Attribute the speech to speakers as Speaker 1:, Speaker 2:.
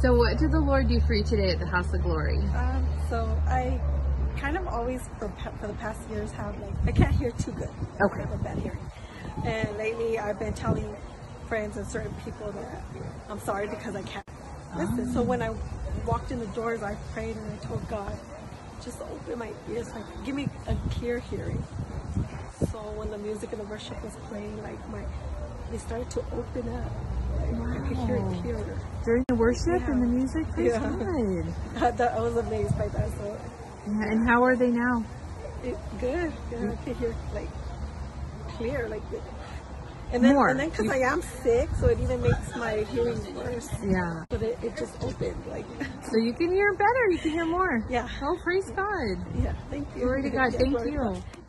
Speaker 1: So, what did the Lord do for you today at the House of Glory?
Speaker 2: Um, so I kind of always, for, pa- for the past years, have like, I can't hear too good.
Speaker 1: Okay.
Speaker 2: I have a bad hearing. And lately I've been telling friends and certain people that I'm sorry because I can't listen. So when I walked in the doors, I prayed and I told God, just open my ears, like, give me a clear hearing. So when the music and the worship was playing, like my, they started to open up. Like, I could hear it clearer.
Speaker 3: During the worship and the music, praise
Speaker 2: Yeah.
Speaker 3: God.
Speaker 2: I, thought- I was amazed by that. So
Speaker 3: Yeah, and how are they now?
Speaker 2: It, good. Yeah, I can hear like clear, like the- and then
Speaker 3: More.
Speaker 2: and then because I am sick, so it even makes my hearing worse.
Speaker 3: Yeah.
Speaker 2: But it, it just opened, like
Speaker 3: So you can hear better. You can hear more.
Speaker 2: yeah,
Speaker 3: Oh, praise God.
Speaker 2: yeah. Thank you.
Speaker 3: Glory to God.
Speaker 2: Yeah,
Speaker 3: Thank
Speaker 2: glory to
Speaker 3: you.
Speaker 2: God.